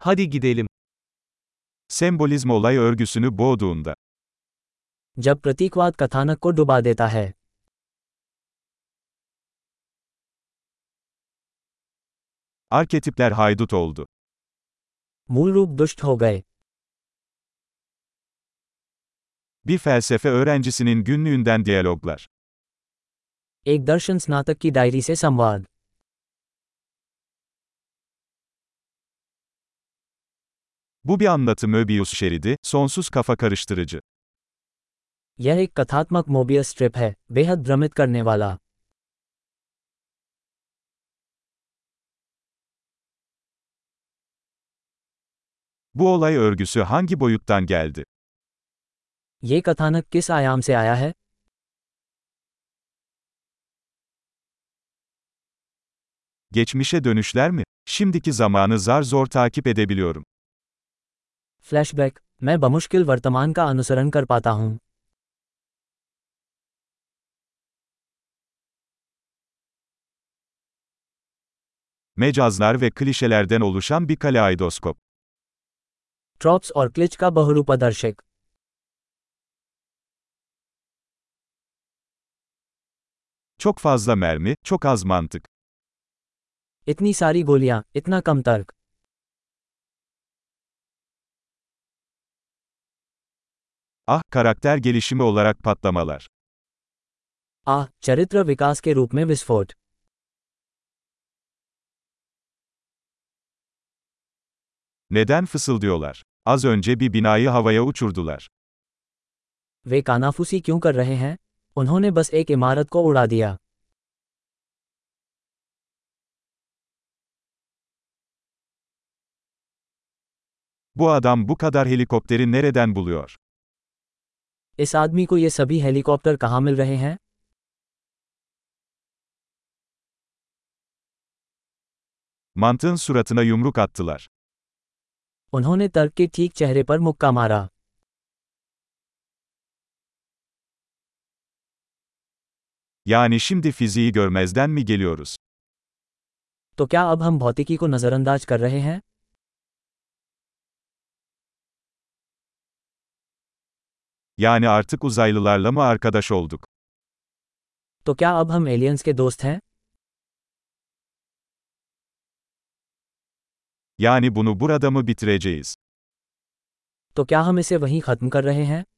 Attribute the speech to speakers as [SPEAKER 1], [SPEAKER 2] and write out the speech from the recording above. [SPEAKER 1] Hadi gidelim. Sembolizm olay örgüsünü boğduğunda,
[SPEAKER 2] जब प्रतीकवाद कथानक को डुबा देता है
[SPEAKER 1] arketipler haydut oldu.
[SPEAKER 2] मूल रूप दुष्ट हो गए
[SPEAKER 1] Bir felsefe öğrencisinin günlüğünden diyaloglar.
[SPEAKER 2] एक दर्शन स्नातक की डायरी से संवाद
[SPEAKER 1] Bu bir anlatı Möbius şeridi, sonsuz kafa karıştırıcı.
[SPEAKER 2] यह एक कथात्मक मोबियस स्ट्रिप है बेहद भ्रमित करने वाला
[SPEAKER 1] Bu olay örgüsü hangi boyuttan geldi?
[SPEAKER 2] ये कथानक किस आयाम से आया है
[SPEAKER 1] Geçmişe dönüşler mi? Şimdiki zamanı zar zor takip edebiliyorum.
[SPEAKER 2] Flashback मैं बमुश्किल वर्तमान का अनुसरण कर पाता हूँ
[SPEAKER 1] Mecazlar ve klişelerden oluşan bir kaleidoskop.
[SPEAKER 2] Tropes और क्लिच का बहुरूपदर्शक
[SPEAKER 1] Çok fazla mermi, çok az mantık.
[SPEAKER 2] इतनी सारी गोलियाँ इतना कम तर्क
[SPEAKER 1] Ah, karakter gelişimi olarak patlamalar.
[SPEAKER 2] आह चरित्र विकास के रूप में विस्फोट
[SPEAKER 1] Neden fısıldıyorlar? Az önce bir binayı havaya uçurdular.
[SPEAKER 2] वे कानाफूसी क्यों कर रहे हैं उन्होंने बस एक इमारत को उड़ा दिया
[SPEAKER 1] Bu adam bu kadar helikopteri nereden buluyor?
[SPEAKER 2] इस आदमी को ये सभी हेलीकॉप्टर कहाँ मिल रहे हैं
[SPEAKER 1] Mantığın suratına yumruk attılar.
[SPEAKER 2] उन्होंने तर्क के ठीक चेहरे पर मुक्का मारा
[SPEAKER 1] Yani şimdi fiziği görmezden mi geliyoruz?
[SPEAKER 2] तो क्या अब हम भौतिकी को नज़रअंदाज कर रहे हैं
[SPEAKER 1] Yani artık uzaylılarla mı arkadaş olduk?
[SPEAKER 2] तो क्या अब हम एलियंस के दोस्त हैं
[SPEAKER 1] Yani bunu burada mı bitireceğiz?
[SPEAKER 2] तो क्या हम इसे वहीं खत्म कर रहे हैं